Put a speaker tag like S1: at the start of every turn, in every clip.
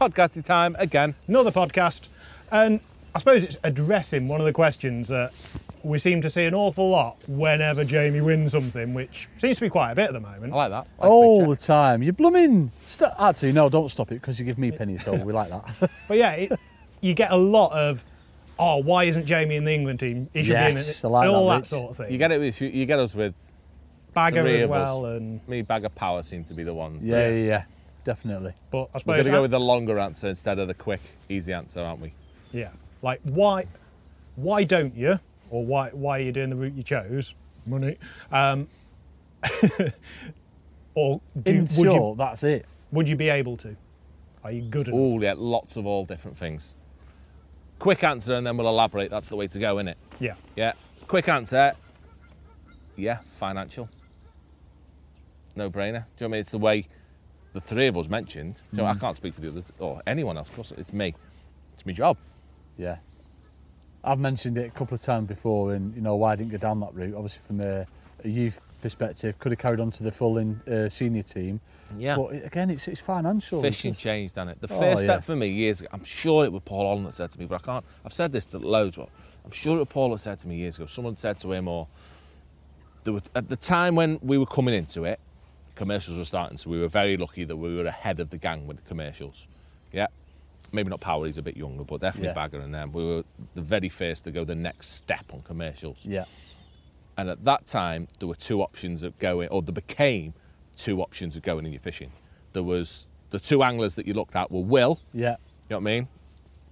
S1: podcasty time again.
S2: Another podcast. And I suppose it's addressing one of the questions that we seem to see an awful lot whenever Jamie wins something, which seems to be quite a bit at the moment.
S1: I like that. I like
S3: All
S1: the
S3: the
S1: picture.
S3: time. You're blooming. St- Actually, no, don't stop it because you give me pennies, so we like that.
S2: But yeah, it, you get a lot of, oh, why isn't Jamie in the England team? He should be in
S3: Yes,
S2: it.
S3: I like
S2: and all
S3: that
S2: that
S3: bit.
S2: sort of thing.
S1: You get it with you, you get us with
S2: Bagger
S1: three
S2: as
S1: of us.
S2: well. and
S1: me. Bag of power seem to be the ones.
S3: Yeah,
S1: that-
S3: yeah, yeah. Definitely.
S2: But I suppose.
S1: We're going to
S2: that-
S1: go with the longer answer instead of the quick, easy answer, aren't we?
S2: Yeah. Like why why don't you? Or why why are you doing the route you chose? Money. Um or do,
S3: In
S2: would
S3: short,
S2: you
S3: that's it.
S2: would you be able to? Are you good enough?
S1: Oh, yeah, lots of all different things. Quick answer, and then we'll elaborate. That's the way to go, innit?
S2: Yeah.
S1: Yeah. Quick answer. Yeah, financial. No brainer. Do you know what I mean? It's the way the three of us mentioned. Do you know, I can't speak for the others or anyone else. Of course, it's me. It's my job.
S3: Yeah. I've mentioned it a couple of times before, and you know why I didn't go down that route. Obviously, from a, a youth perspective, could have carried on to the full in, uh, senior team.
S1: Yeah.
S3: But it- again, it's it's financial.
S1: Fishing changed, done it? The
S3: Oh,
S1: first
S3: yeah.
S1: step for me years ago, I'm sure it was Paul Holland that said to me, but I can't, I've said this to loads, but I'm sure it was Paul that said to me years ago, someone said to him, or there was, at the time when we were coming into it, commercials were starting, so we were very lucky that we were ahead of the gang with commercials. Yeah. Maybe not Power, he's a bit younger, but definitely
S3: Yeah.
S1: Bagger and them. We were the very first to go the next step on commercials.
S3: Yeah.
S1: And at that time, there were two options of going, or there became two options of going in your fishing. There was the two anglers that you looked at were Will,
S3: Yeah.
S1: you know what I mean?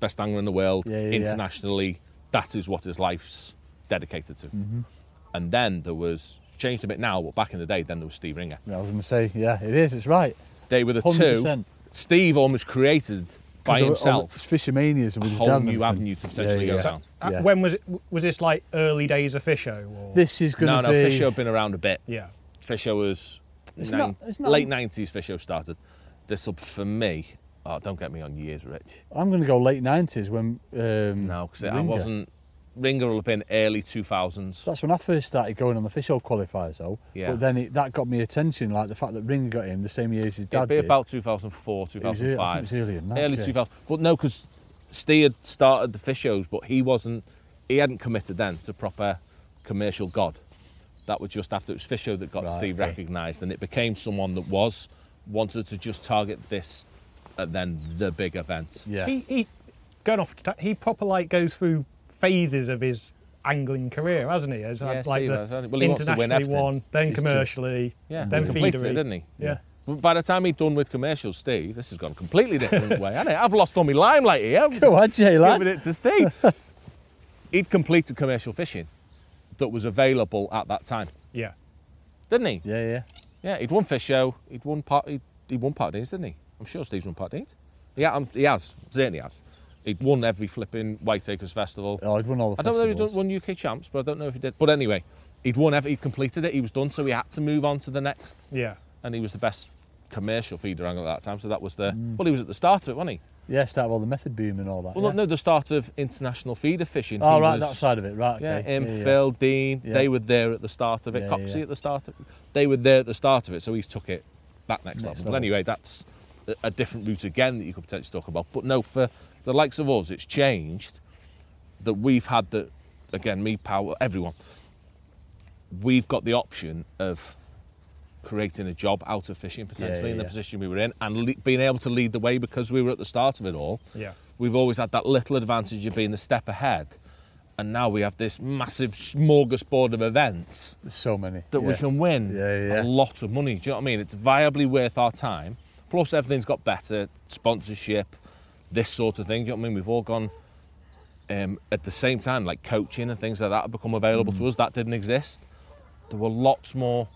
S1: Best angler in the world,
S3: Yeah, yeah, yeah.
S1: internationally. That is what his life's dedicated to.
S3: Mm-hmm.
S1: And then there was, changed a bit now, but back in the day, then there was Steve Ringer.
S3: I was going to say, yeah, it is. It's right.
S1: They were the
S3: 100%.
S1: two. Steve almost created by
S3: 'Cause of- of
S1: himself
S3: Fishermanias with
S1: a
S3: his
S1: whole
S3: dad and
S1: new
S3: everything.
S1: avenue to potentially
S3: yeah,
S1: go
S3: yeah.
S1: down.
S2: Uh,
S3: Yeah.
S2: When was it was this like early days of Fisho or
S3: This is going
S1: No,
S3: to
S1: no,
S3: be.
S1: Fisher had been around a bit.
S2: Yeah.
S1: Fisher was
S3: It's
S1: nine-
S3: not- it's not-
S1: late nineties. Fisher started. This will for me. Oh, don't get me on years, Rich.
S3: I'm going to go late 90s when. Um,
S1: No, because I
S3: Ringer.
S1: wasn't. Ringer will have been early two thousands.
S3: That's when I first started going on the fish oil qualifiers, though.
S1: Yeah.
S3: But then it, that got me attention, like the fact that Ring got him the same year as his dad.
S1: It'd be
S3: did.
S1: about 2004,
S3: It was ear-
S1: 2005.
S3: I think it was earlier than that.
S1: early
S3: yeah.
S1: 2000. But no, because Steve had started the fish shows, but he wasn't. He hadn't committed then to proper commercial god. That was just after it was Fisher that got
S3: Right,
S1: Steve
S3: okay.
S1: recognised, and it became someone that was wanted to just target this, and then the big event.
S3: Yeah.
S2: He he going off to ta- he proper like goes through phases of his angling career, hasn't he? As uh,
S1: Yeah,
S2: like
S1: Steve has,
S2: the
S1: hasn't he? Well, he wants to win
S2: internationally
S1: everything.
S2: one, then
S3: He's
S2: commercially,
S1: Yeah,
S2: then
S1: he completed
S2: feedery.
S1: it, didn't he?
S2: Yeah.
S1: But by the time he'd done with commercials, Steve, this has gone a completely different way, hasn't it? I've lost all my limelight here. I'm
S3: Go on, Jay,
S1: just
S3: lad.
S1: giving it to Steve. he'd completed commercial fishing that was available at that time,
S2: Yeah.
S1: didn't he?
S3: Yeah, yeah.
S1: Yeah, he'd won Fish Show, he'd won part, he'd, he'd won part Deans, didn't he? I'm sure Steve's won part Deans. Yeah, um, he has, certainly has. He'd won every flipping White Takers Festival.
S3: Oh, I'd won all the
S1: I don't know if he
S3: festivals.
S1: done- won UK champs, but I don't know if he did. But anyway, he'd won every, he'd completed it, he was done, so he had to move on to the next.
S2: Yeah.
S1: and he was the best commercial feeder angler at that time. So that was the well, he was at the start of it, wasn't he?
S3: Yeah, start with all the method boom and all that.
S1: Well,
S3: Mm. yeah.
S1: no, the start of international feeder fishing.
S3: Oh,
S1: He
S3: right,
S1: was-
S3: that side of it, right.
S1: Yeah,
S3: okay.
S1: him, Phil, Dean,
S3: Yeah.
S1: they were there at the start of it.
S3: Yeah, yeah,
S1: Coxey
S3: yeah.
S1: at the start of it. They were there at the start of it, so he's took it back next,
S3: Next
S1: level.
S3: level.
S1: Well, anyway, that's a- a different route again that you could potentially talk about. But no, for the likes of us, it's changed that we've had the, again, me, Power, everyone, we've got the option of creating a job out of fishing potentially in the
S3: yeah.
S1: position we were in and le- being able to lead the way because we were at the start of it all
S2: Yeah.
S1: we've always had that little advantage of being the step ahead and now we have this massive smorgasbord of events
S3: There's so many.
S1: that we
S3: yeah.
S1: can win
S3: Yeah, yeah,
S1: a
S3: yeah.
S1: lot of money do you know what i mean it's viably worth our time plus everything's got better sponsorship this sort of thing do you know what i mean we've all gone um, at the same time like coaching and things like that have become available
S3: Mm.
S1: to us that didn't exist there were lots more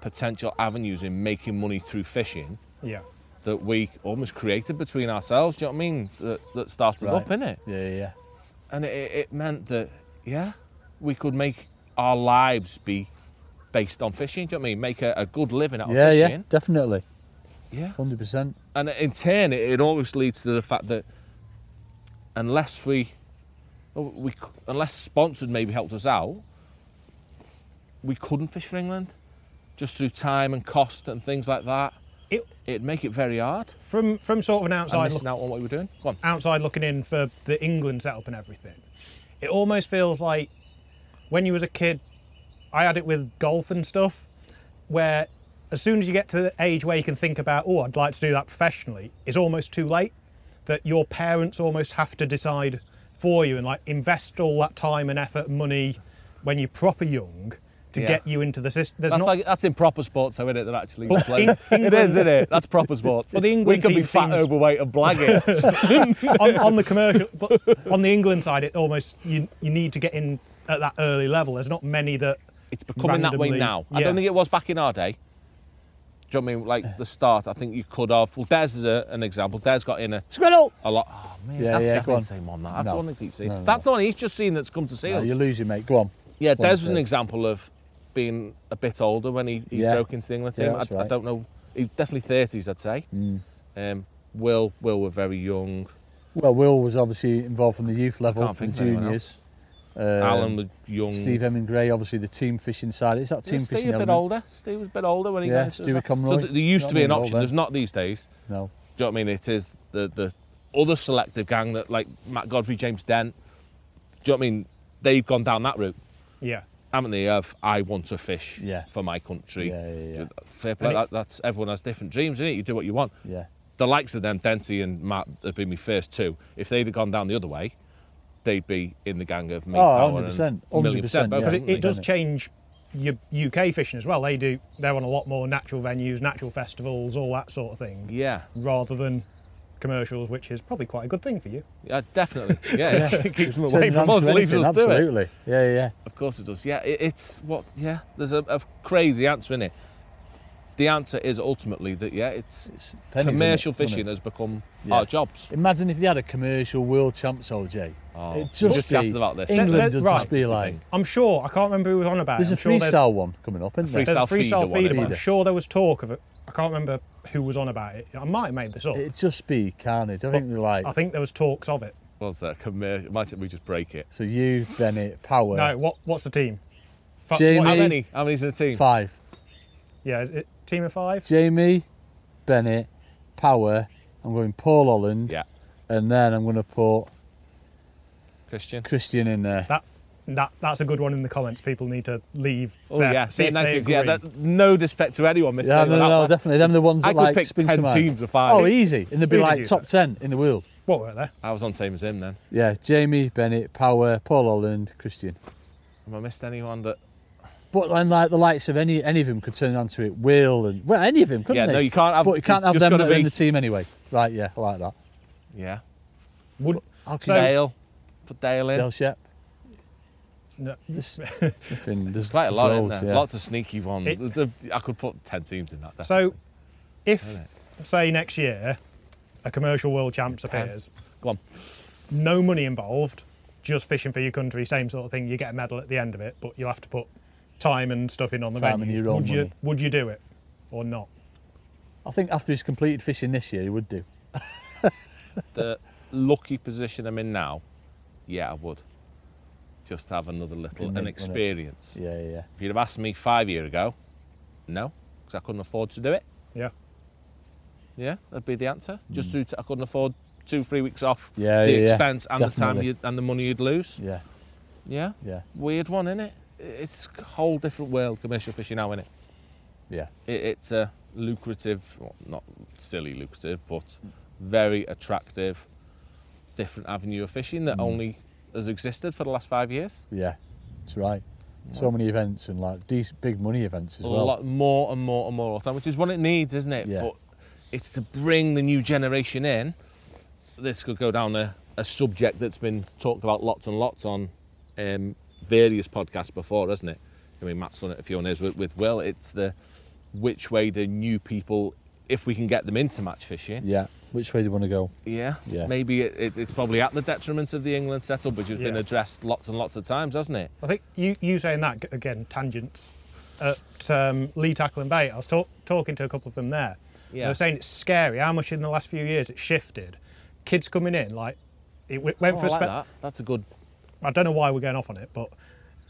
S1: potential avenues in making money through fishing
S2: Yeah.
S1: that we almost created between ourselves. Do you know what I mean? That, that started
S3: Right.
S1: up in it,
S3: Yeah, yeah, yeah.
S1: and it, it meant that yeah, we could make our lives be based on fishing. Do you know what I mean? Make a, a good living out of
S3: Yeah, yeah,
S1: fishing.
S3: definitely.
S1: Yeah.
S3: 100%.
S1: And in turn, it, it always leads to the fact that unless we, oh, we c- unless sponsored maybe helped us out, we couldn't fish for England just through time and cost and things like that.
S2: It,
S1: It'd make it very hard.
S2: from from sort of an
S1: I'm
S2: outside look,
S1: missing out on what we were doing. Go on.
S2: outside looking in for the England setup and everything, it almost feels like when you was a kid, I had it with golf and stuff, where as soon as you get to the age where you can think about, oh, I'd like to do that professionally, it's almost too late. That your parents almost have to decide for you and like invest all that time and effort, and money, when you're proper young, to
S1: Yeah.
S2: get you into the system. There's
S1: That's
S2: not
S1: like that's in proper sports, though, is it? That actually
S2: Well,
S1: playing.
S2: Eng-
S1: it
S2: England-
S1: is, isn't it? That's proper sports.
S2: Well, the England
S1: we can be
S2: team
S1: fat,
S2: seems-
S1: overweight, and blagging.
S2: on, on the commercial, but on the England side, it almost you you need to get in at that early level. There's not many that
S1: it's becoming that way
S2: randomly-
S1: now. I
S2: Yeah.
S1: don't think it was back in our day. Do you know what I mean? Like the start, I think you could have. Well, Des is a, an example. Des got in a,
S3: Squirrel!
S1: a lot. Oh, man,
S3: Yeah,
S1: that's
S3: yeah, go
S1: definitely
S3: on.
S1: the same one. That. That's
S3: No.
S1: the one they keep seeing.
S3: No, no,
S1: that's the one he's just seen that's come to see
S3: No,
S1: us.
S3: Uh, you're losing, mate. Go on.
S1: Yeah,
S3: Go on,
S1: Des was an
S3: Des.
S1: example of being a bit older when he, he
S3: Yeah.
S1: broke into the England
S3: Yeah,
S1: team.
S3: that's
S1: I, I
S3: right. Mm.
S1: don't know. He's definitely thirties, I'd say. Um, Will, Will were very young.
S3: Well, Will was obviously involved from the youth level,
S1: can't
S3: from
S1: think
S3: the
S1: of anyone
S3: juniors. Um,
S1: Alan was young.
S3: Steve Hemming Gray, obviously the team fishing side. It's that
S1: Yeah,
S3: team
S1: Steve
S3: fishing
S1: a bit
S3: element.
S1: older. Steve was a bit older when he
S3: Yeah,
S1: got into
S3: Stewie
S1: the-
S3: Conroy.
S1: So th- there used
S3: Not
S1: to be an
S3: being
S1: option.
S3: older.
S1: There's not these days.
S3: No.
S1: Do you know what I mean? It is the, the other selective gang that like Matt Godfrey, James Dent. Do you know what I mean? They've gone down that route,
S2: Yeah,
S1: haven't they? Of I want to fish
S3: Yeah.
S1: for my country.
S3: Yeah, yeah, yeah.
S1: Fair play.
S2: And
S1: That,
S2: it-
S1: that's everyone has different dreams, isn't it? You do what you want.
S3: Yeah.
S1: The likes of them, Denty and Matt, have been my first two. If they'd have gone down the other way, they'd be in the gang of me.
S3: Oh,
S1: Power,
S3: 100%,
S1: and Million
S3: 100%,
S1: both,
S3: yeah.
S1: haven't
S2: because it,
S1: they?
S2: it does
S3: Doesn't it?
S2: change your UK fishing as well. They do they're on a lot more natural venues, natural festivals, all that sort of thing,
S1: Yeah.
S2: rather than commercials, which is probably quite a good thing for you.
S1: Yeah, definitely. Yeah, it keeps them away
S3: Turning on
S1: from us,
S3: to
S1: leaves
S3: anything,
S1: us to it.
S3: Absolutely. Yeah, yeah, yeah.
S1: Of course it does. Yeah, it, it's what. Yeah, there's a, a crazy answer in it. The answer is ultimately that yeah, it's,
S3: It's pennies,
S1: commercial
S3: isn't it?
S1: fishing has become
S3: Yeah.
S1: our jobs.
S3: Imagine if you had a commercial world champs, OJ.
S1: Oh,
S3: It'd
S1: we're
S3: just
S1: chatting
S3: be,
S1: about this.
S3: England
S2: Let- let-
S3: would
S2: right.
S3: just be like,
S2: I'm sure I can't remember who was on about.
S3: there's
S2: it.
S3: a
S2: I'm sure
S3: freestyle one coming up, isn't there?
S2: There's,
S1: Freestyle
S2: there's a freestyle
S1: feeder one,
S2: feeder,
S1: isn't
S2: but I'm
S3: it?
S2: sure there was talk of it. I can't remember who was on about it. I might have made this up.
S3: It'd just be carnage. I think they're like,
S1: Oh.
S2: I think there was talks of it.
S1: Was that commercial? Imagine we just break it.
S3: so you, Bennett, Power,
S2: No, what what's the team? Fa-
S3: Jamie-
S1: How
S2: what-
S3: Me-
S1: many? How many's in the team?
S3: five.
S2: yeah, is it team of five?
S3: Jamie, Bennett, Power. I'm going Paul Holland.
S1: Yeah,
S3: And then I'm going to put
S1: Christian.
S3: Christian in there.
S2: That that that's a good one in the comments. People need to leave.
S1: Oh
S2: their-
S1: yeah,
S2: see if
S1: nice
S2: they
S1: things. Yeah,
S2: agree.
S1: that, no disrespect to anyone missing
S3: yeah,
S1: out
S3: no,
S1: on
S3: no,
S1: that
S3: no,
S1: one.
S3: definitely. Them are the ones
S1: I
S3: that
S1: could
S3: like
S1: pick
S3: spring
S1: 10
S3: to mind.
S1: teams of five.
S3: Oh, easy, and they'd be
S2: Who did
S3: like
S2: you
S3: top ten in the world.
S2: What were there?
S1: I was on same as him then.
S3: Yeah, Jamie, Bennett, Power, Paul Holland, Christian.
S1: Have I missed anyone that?
S3: But then, like the likes of any any of them could turn onto it. Will and well, any of them, couldn't
S1: Yeah,
S3: they?
S1: no, you can't have-
S3: But you can't
S1: you've
S3: have
S1: just
S3: them
S1: gotta
S3: that are in
S1: be-
S3: the team anyway. Right? Yeah, I like that.
S1: Yeah,
S2: Would,
S3: I'll keep
S2: So-
S1: Dale. Put Dale in.
S3: Del Shep.
S2: no,
S3: There's, flipping- there's
S1: Quite a lot in
S3: loads,
S1: there.
S3: yeah.
S1: Lots of sneaky ones.
S2: It-
S1: The- the- I could put ten teams in that.
S2: so,
S1: Definitely.
S2: if say next year a commercial world champs appears,
S1: go on.
S2: no money involved, just fishing for your country, same sort of thing. You get a medal at the end of it, but you'll have to put time and stuff in on the
S3: Time and
S2: venues.
S3: your own
S2: would you
S3: money.
S2: would you do it or not?
S3: I think after he's completed fishing this year, he would do.
S1: the lucky position I'm in now, yeah, I would. Just have another little
S3: Wouldn't
S1: an
S3: it, wouldn't it?
S1: experience.
S3: Yeah, yeah, yeah.
S1: If you'd have asked me five year ago, no, because I couldn't afford to do it.
S2: Yeah.
S1: Yeah, that'd be the answer. Just due to I couldn't afford two, three weeks off.
S3: Mm. Yeah,
S1: the
S3: yeah, yeah,
S1: expense and the time
S3: definitely.
S1: you'd, and the money you'd lose. Yeah,
S3: Yeah, yeah,
S1: weird one, isn't it? It's a whole different world commercial fishing now, innit?
S3: yeah.
S1: it, it's a lucrative, well, not silly lucrative, but very attractive, different avenue of fishing
S3: Mm.
S1: that only has existed for the last five years.
S3: Yeah, that's right. So many events and like these big money events as
S1: A
S3: well.
S1: lot more and more and more all the time, which is what it needs, isn't it?
S3: Yeah.
S1: But it's to bring the new generation in. This could go down a, a subject that's been talked about lots and lots on um, various podcasts before, hasn't it? I mean, Matt's done it a few on his with, with Will. It's the which way the new people, if we can get them into match fishing,
S3: Yeah. Which way do you want to go?
S1: Yeah,
S3: Yeah.
S1: maybe it, it, it's probably at the detriment of the England setup, which has been
S2: Yeah.
S1: addressed lots and lots of times, hasn't it?
S2: I think you, you saying that g- again, tangents at um, Lee Tackle and Bait. I was talk, talking to a couple of them there.
S1: Yeah.
S2: They were saying it's scary how much in the last few years it's shifted. Kids coming in, like, it w- went
S1: Oh, I
S2: for a
S1: like
S2: spe-
S1: that. That's a good.
S2: I don't know why we're going off on it, but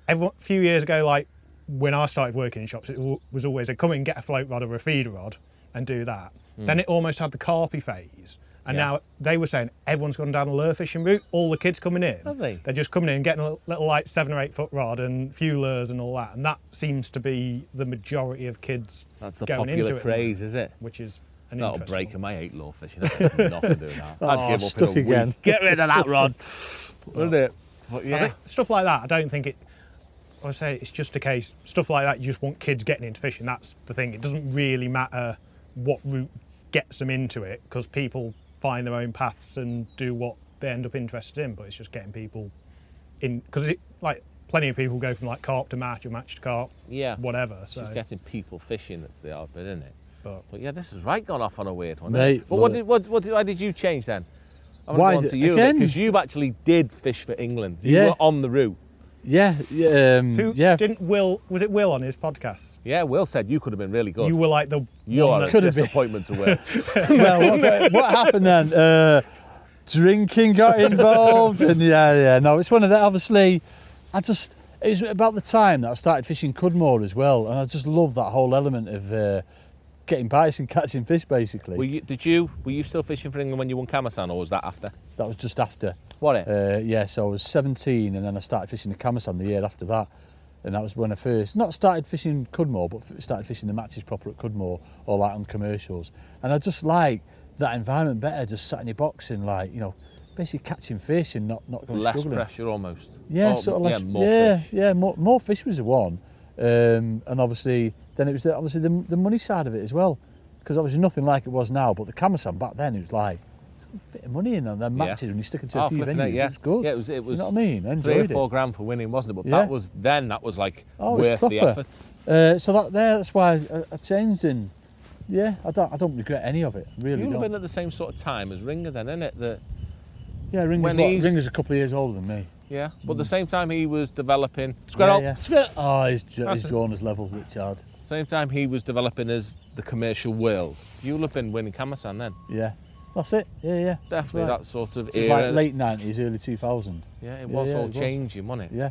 S2: everyone, a few years ago, like when I started working in shops, it w- was always a come and get a float rod or a feeder rod. and do that. Then it almost had the carpy phase.
S1: Hmm. Yeah.
S2: And now they were saying everyone's gone down the lure fishing route. All the kids coming in,
S1: Have they?
S2: are just coming in, getting a little like seven or eight foot rod and few lures and all that. And that seems to be the majority of kids
S1: That's the
S2: going into
S1: popular
S2: it,
S1: craze, is it?
S2: which is an
S1: That'll
S2: interesting
S1: break
S2: one.
S1: my eight law fishing. I'm not doing that.
S3: Oh,
S1: I'd give up in a
S3: stuck again.
S1: week. Get rid of that rod. Wouldn't it? But
S2: I
S1: yeah.
S2: think stuff like that, I don't think it. I would say it's just a case. Stuff like that, you just want kids getting into fishing. That's the thing. It doesn't really matter what route gets them into it because people find their own paths and do what they end up interested in. But it's just getting people in because like plenty of people go from like carp to match or match to carp,
S1: Yeah.
S2: whatever.
S1: It's just
S2: So,
S1: getting people fishing that's the hard bit, isn't it?
S2: but
S1: But yeah, this has right gone off on a weird one.
S3: Mate,
S1: hasn't it? but what
S3: love
S1: did, what, what, why did you change then? I'm
S3: Why
S1: going to go on
S3: did-
S1: to you
S3: again?
S1: because you actually did fish for England. You
S3: Yeah.
S1: were on the route.
S3: Yeah, yeah, um,
S2: who
S3: yeah.
S2: didn't Will? Was it Will on his podcast?
S1: Yeah, Will said you could have been really good.
S2: You were like the
S1: You're
S2: one
S1: a
S2: that
S3: Could have been.
S1: disappointment to Will.
S3: well, what, what happened then? Uh, drinking got involved, and yeah, yeah. No, it's one of that. Obviously, I just it was about the time that I started fishing Cudmore as well, and I just love that whole element of uh, getting bites and catching fish. Basically,
S1: were you, did you? Were you still fishing for England when you won Camasan, or was that after?
S3: that was just after.
S1: What it?
S3: Uh, yeah, so I was 17, and then I started fishing the Camasan the year after that. And that was when I first, not started fishing Cudmore, but f- started fishing the matches proper at Cudmore or like on commercials. And I just like that environment better, just sat in your box and like, you know, basically catching fish and not, not going
S1: less
S3: struggling.
S1: pressure almost.
S3: Yeah,
S1: Or-
S3: sort of less,
S1: Oh, Yeah, more
S3: yeah,
S1: fish.
S3: yeah, more, more fish was the one. Um, and obviously, then it was the, obviously the, the money side of it as well. Because obviously nothing like it was now, but the Camasan back then, it was like, a bit of money in and then
S1: Yeah.
S3: matches when you stick it to
S1: Oh,
S3: a few
S1: flipping
S3: venues,
S1: heck, yeah.
S3: it was good.
S1: Yeah, it was. It was
S3: you know what I mean? I
S1: three or
S3: enjoyed
S1: four
S3: it.
S1: grand for winning, wasn't it? But
S3: Yeah.
S1: that was then. That was like
S3: Oh, it was
S1: worth the
S3: proper.
S1: effort.
S3: Uh, so that there, that's why I, I changed in. Yeah, I don't, I don't regret any of it. I Really
S1: You would have
S3: don't.
S1: been at the same sort of time as Ringer, then, innit? The,
S3: yeah, Ringer's,
S1: when
S3: what,
S1: he's-
S3: Ringer's a couple of years older than me.
S1: yeah, but at the same time he was developing.
S3: Mm. Yeah,
S1: Squirrel.
S3: yeah. Oh, he's, ju-
S2: That's
S3: he's
S2: a-
S3: drawn his level, Richard.
S1: Same time he was developing as the commercial world. You would have been winning Camasan then.
S3: Yeah, that's it. Yeah, yeah.
S1: Definitely
S3: right.
S1: that sort of
S3: So It's
S1: era.
S3: like late nineties, early two thousand.
S1: yeah, it
S3: Yeah,
S1: was
S3: yeah,
S1: all
S3: it was.
S1: changing, wasn't it?
S3: Yeah,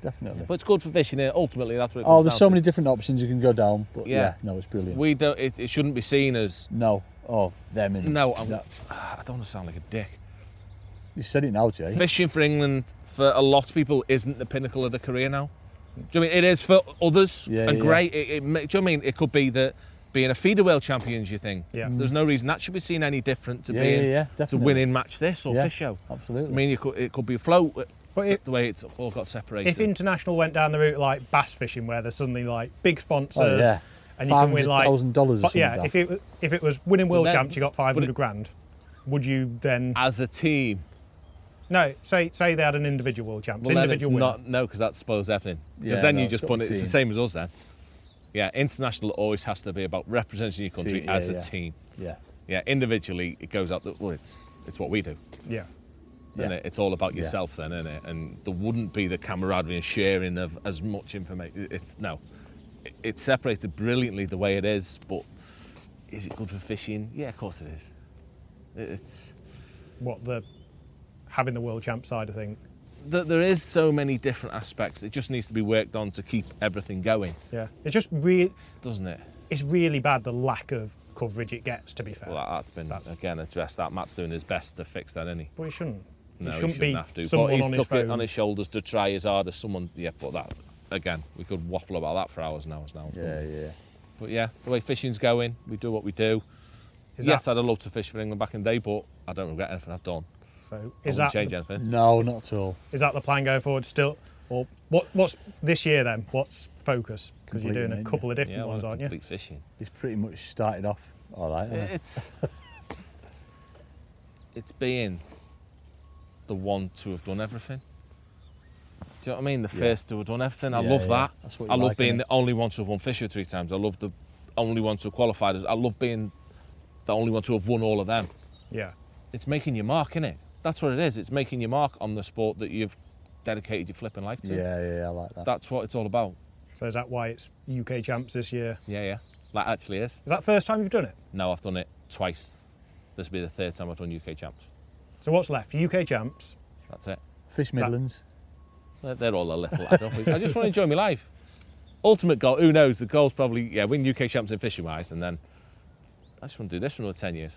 S3: definitely.
S1: But it's good for fishing. innit? Ultimately, that's what. It
S3: Oh,
S1: comes
S3: there's
S1: down
S3: so many
S1: to.
S3: different options you can go down. But
S1: Yeah.
S3: yeah, no, it's brilliant.
S1: We don't. It, it shouldn't be seen as.
S3: no, oh, them in.
S1: No, I'm,
S3: That-
S1: I don't want to sound like a dick.
S3: you said it now, Jay.
S1: fishing for England for a lot of people isn't the pinnacle of the career now. Do you know what I mean it is for others?
S3: Yeah,
S1: and
S3: yeah.
S1: great. It, it, ma- do you know what I mean? It could be that being a feeder world champion is your thing.
S2: Yeah.
S1: There's no reason that should be seen any different to
S3: Mm. Yeah,
S1: being
S3: yeah, yeah,
S1: to
S3: definitely.
S1: winning match this or
S3: Yeah,
S1: fish show. I
S3: Absolutely.
S1: mean, it could, it could be a float. uh,
S2: But it-
S1: the way it's all got separated.
S2: if international went down the route like bass fishing, where there's suddenly like big sponsors,
S3: Oh, yeah.
S2: and you can win like
S3: $500,000 or
S2: But yeah,
S3: something like
S2: if it if it was winning world
S1: then-
S2: champs, you got five
S1: but it- Ah.
S2: hundred grand. Would you then?
S1: as a team,
S2: No, say say they had an individual world champs,
S1: well, then it's
S2: individual winner.
S1: not no because that spoils everything. Because
S3: Yeah,
S1: then
S3: no,
S1: you
S3: it's
S1: just
S3: got
S1: put
S3: the
S1: it. It's the
S3: team.
S1: same as us then. Yeah, international always has to be about representing your country
S3: Team, yeah,
S1: as a
S3: yeah.
S1: team.
S3: yeah.
S1: Yeah, individually it goes out. The, well, it's it's what we do.
S2: Yeah,
S1: Then
S3: Yeah.
S1: it? It's all about
S3: Yeah.
S1: yourself then, isn't it? And there wouldn't be the camaraderie and sharing of as much information. It's no, It- it's separated brilliantly the way it is. But is it good for fishing? Yeah, of course it is. It- It's
S2: what the having the world champ side, I think.
S1: th- there is so many different aspects. It just needs to be worked on to keep everything going,
S2: Yeah, it's just really
S1: doesn't it?
S2: it's really bad the lack of coverage it gets. To be fair,
S1: Well, that, that's been
S2: That's-
S1: again addressed. That Matt's doing his best to fix that, isn't he?
S2: but it shouldn't.
S1: No,
S2: it shouldn't,
S1: he
S2: be
S1: shouldn't have to.
S2: someone
S1: but he's
S2: on his
S1: took
S2: phone.
S1: it on his shoulders to try as hard as someone. Yeah, but that again, we could waffle about that for hours and hours now.
S3: Yeah, yeah.
S1: But yeah, the way fishing's going, we do what we do.
S2: Is
S1: yes,
S2: that,
S1: I'd have loved to fish for England back in the day, but I don't regret anything I've done.
S2: so
S1: I
S2: is
S1: wouldn't
S2: that
S1: change
S2: the,
S1: anything.
S3: No, not at all.
S2: is that the plan going forward still, or what what's this year then? What's focus? Because you're
S3: Completing
S2: doing
S3: it,
S2: a
S3: yeah.
S2: couple of different
S1: Yeah, I
S2: ones,
S1: want
S2: aren't you?
S1: complete fishing.
S3: It's pretty much started off all right. hasn't it?
S1: It's it's being the one to have done everything. Do you know what I mean? The first to have done everything. I
S3: Yeah,
S1: love
S3: yeah.
S1: that.
S3: That's what
S1: I
S3: you
S1: love
S3: like,
S1: being
S3: innit?
S1: the only one to have won Fisher three times. I love the only one to have qualified. I love being the only one to have won all of them.
S2: Yeah,
S1: It's making your mark, innit? That's what it is. It's making your mark on the sport that you've dedicated your flipping life to.
S3: Yeah, yeah, I like that.
S1: That's what it's all about.
S2: so is that why it's UK champs this year?
S1: Yeah, yeah. That actually is.
S2: Is that the first time you've done it?
S1: No, I've done it twice. This will be the third time I've done UK champs.
S2: So what's left? UK champs.
S1: That's it.
S3: Fish Midlands.
S1: They're, they're all a little. I, don't think, I just want to enjoy my life. Ultimate goal. Who knows? The goal's probably yeah, win UK champs in fishing wise, and then I just want to do this for another 10 years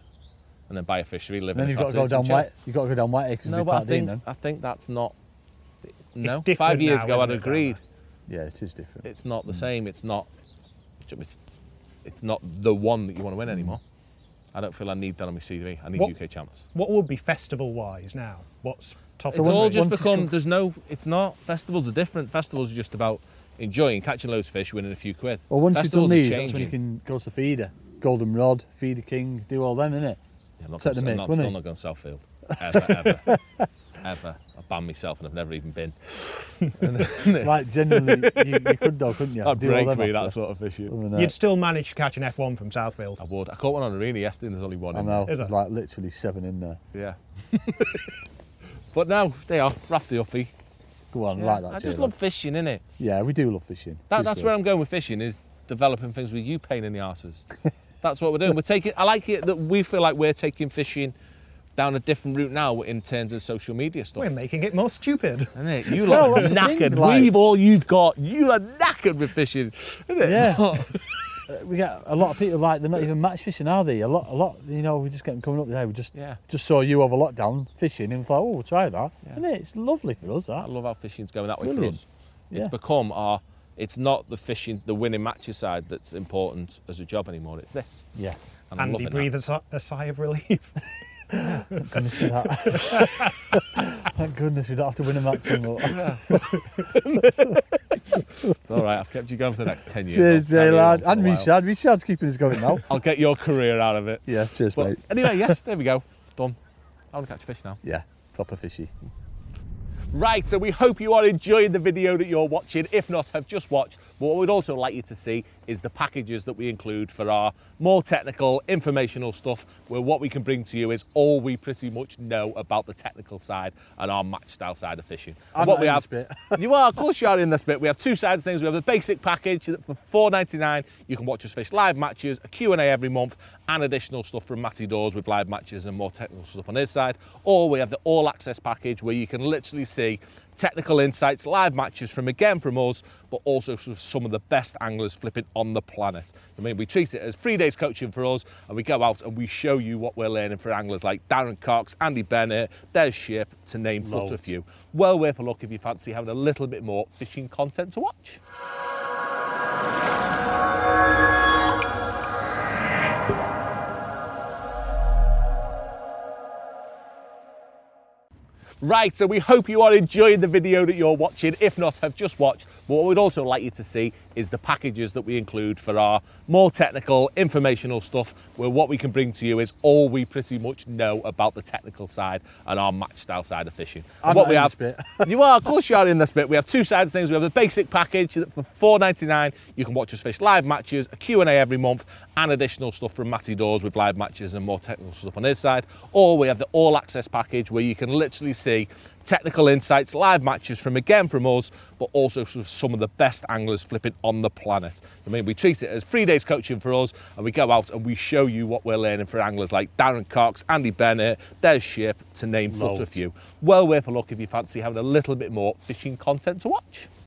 S1: and then buy a fishery, live
S3: And then
S1: in
S3: you've
S1: a
S3: got to
S1: cottage
S3: go down
S1: and chill.
S3: White. You've got to go down White Acres to
S1: No,
S3: be
S1: but
S3: part
S1: I
S3: of the
S1: think,
S3: Dean.
S1: I think that's not. No,
S2: different
S1: five years
S2: now,
S1: ago I'd
S2: isn't it,
S1: agreed.
S3: Yeah, it is different.
S1: It's not the same. It's not. It's, it's not the one that you want to win anymore. I don't feel I need that on my CV. I need
S2: What-
S1: UK champs.
S2: What would be festival wise now? What's top
S1: it's
S2: of
S1: all
S2: the
S1: just
S3: once it's
S1: become.
S3: come-
S1: There's no. It's not. Festivals are different. Festivals are just about enjoying, catching loads of fish, winning a few quid.
S3: Well, once you've done
S1: Festivals are
S3: these, that's when you
S1: changing.
S3: can go to feeder, Golden Rod, Feeder King, do all them, innit?
S1: Yeah, I'm not
S3: set
S1: going,
S3: the
S1: I'm
S3: mic,
S1: not,
S3: won't
S1: still
S3: it?
S1: not going to Southfield. Ever, ever, ever. I banned myself and I've never even been.
S3: Like genuinely, you, you could though, couldn't you?
S1: That'd
S3: Do all
S1: break
S3: them
S1: me,
S3: after.
S1: that sort of issue.
S3: Other than
S2: You'd
S3: that,
S2: still manage to catch an F1 from Southfield.
S1: I would. I caught one on arena yesterday and there's only one
S3: I
S1: in
S3: know.
S1: there.
S2: Is
S3: There's
S2: it?
S3: like literally seven in there.
S1: Yeah. but no, they are. Wrap the uppie.
S3: Go on,
S1: Yeah,
S3: like that.
S1: I just
S3: Jalen.
S1: love fishing, innit?
S3: Yeah, we do love fishing.
S1: That,
S3: It is
S1: that's
S3: good.
S1: where I'm going with fishing is developing things with you pain in the asses. that's what we're doing. We're taking. I like it that we feel like we're taking fishing down a different route now in terms of social media stuff.
S2: We're making it more stupid.
S1: Innit? You
S3: No,
S1: lot are
S3: that's the thing,
S1: knackered.
S3: like-
S1: We've all you've got. You are knackered with fishing. Innit?
S3: Yeah. Uh, we get a lot of people like they're not even match fishing, are they? A lot, a lot. You know, we just get them coming up today. We just
S1: Yeah.
S3: just saw you over lockdown fishing and thought, oh, we'll try that.
S1: Yeah.
S3: And it's lovely for us.
S1: I
S3: That
S1: love how fishing's going that way
S3: Brilliant.
S1: for us.
S3: Yeah.
S1: It's become our. It's not the fishing, the winning matches side that's important as a job anymore. It's this.
S3: yeah.
S1: And I'm loving
S2: Andy
S1: that.
S2: breathes a, a sigh of relief.
S3: Gonna see that. Thank goodness we don't have to win a match anymore.
S1: It's all right. I've kept you going for the next ten years.
S3: Cheers,
S1: I'll carry
S3: Jay
S1: you
S3: lad,
S1: on for a
S3: and
S1: while.
S3: Richard. Richard's keeping us going now.
S1: I'll get your career out of it.
S3: yeah, cheers,
S1: But
S3: mate.
S1: anyway, yes, there we go. Done. I want to catch fish now.
S3: Yeah, proper fishy.
S1: Right, so we hope you are enjoying the video that you're watching. If not, have just watched. But what we'd also like you to see is the packages that we include for our more technical, informational stuff, where what we can bring to you is all we pretty much know about the technical side and our match style side of fishing. And
S3: I'm
S1: what
S3: not
S1: we
S3: in
S1: have,
S3: this bit.
S1: you are, of course, you are in this bit. We have two sides of things. We have the basic package that for 4.99. You can watch us fish live matches, a Q&A every month, and additional stuff from Matty Dawes with live matches and more technical stuff on his side. Or we have the all access package where you can literally see technical insights, live matches from again from us, but also from some of the best anglers flipping on the planet. I mean, we treat it as three days coaching for us, and we go out and we show you what we're learning for anglers like Darren Cox, Andy Bennett, Des Ship, to name but a
S3: Loads.
S1: few. Well worth a look if you fancy having a little bit more fishing content to watch. Right, so we hope you are enjoying the video that you're watching. If not, have just watched. But what we'd also like you to see is the packages that we include for our more technical, informational stuff, where what we can bring to you is all we pretty much know about the technical side and our match style side of fishing. And
S3: I'm
S1: what
S3: not
S1: we
S3: in
S1: have,
S3: this bit.
S1: you are, of course, you are in this bit. We have two sides of things. We have the basic package that for 4.99 you can watch us fish live matches, a Q&A every month, and additional stuff from Matty Dawes with live matches and more technical stuff on his side. Or we have the all access package where you can literally see technical insights, live matches from again from us, but also from some of the best anglers flipping on the planet. I mean, we treat it as three days coaching for us, and we go out and we show you what we're learning for anglers like Darren Cox, Andy Bennett, Des Ship, to name but a
S3: Loads.
S1: few. Well worth a look if you fancy having a little bit more fishing content to watch.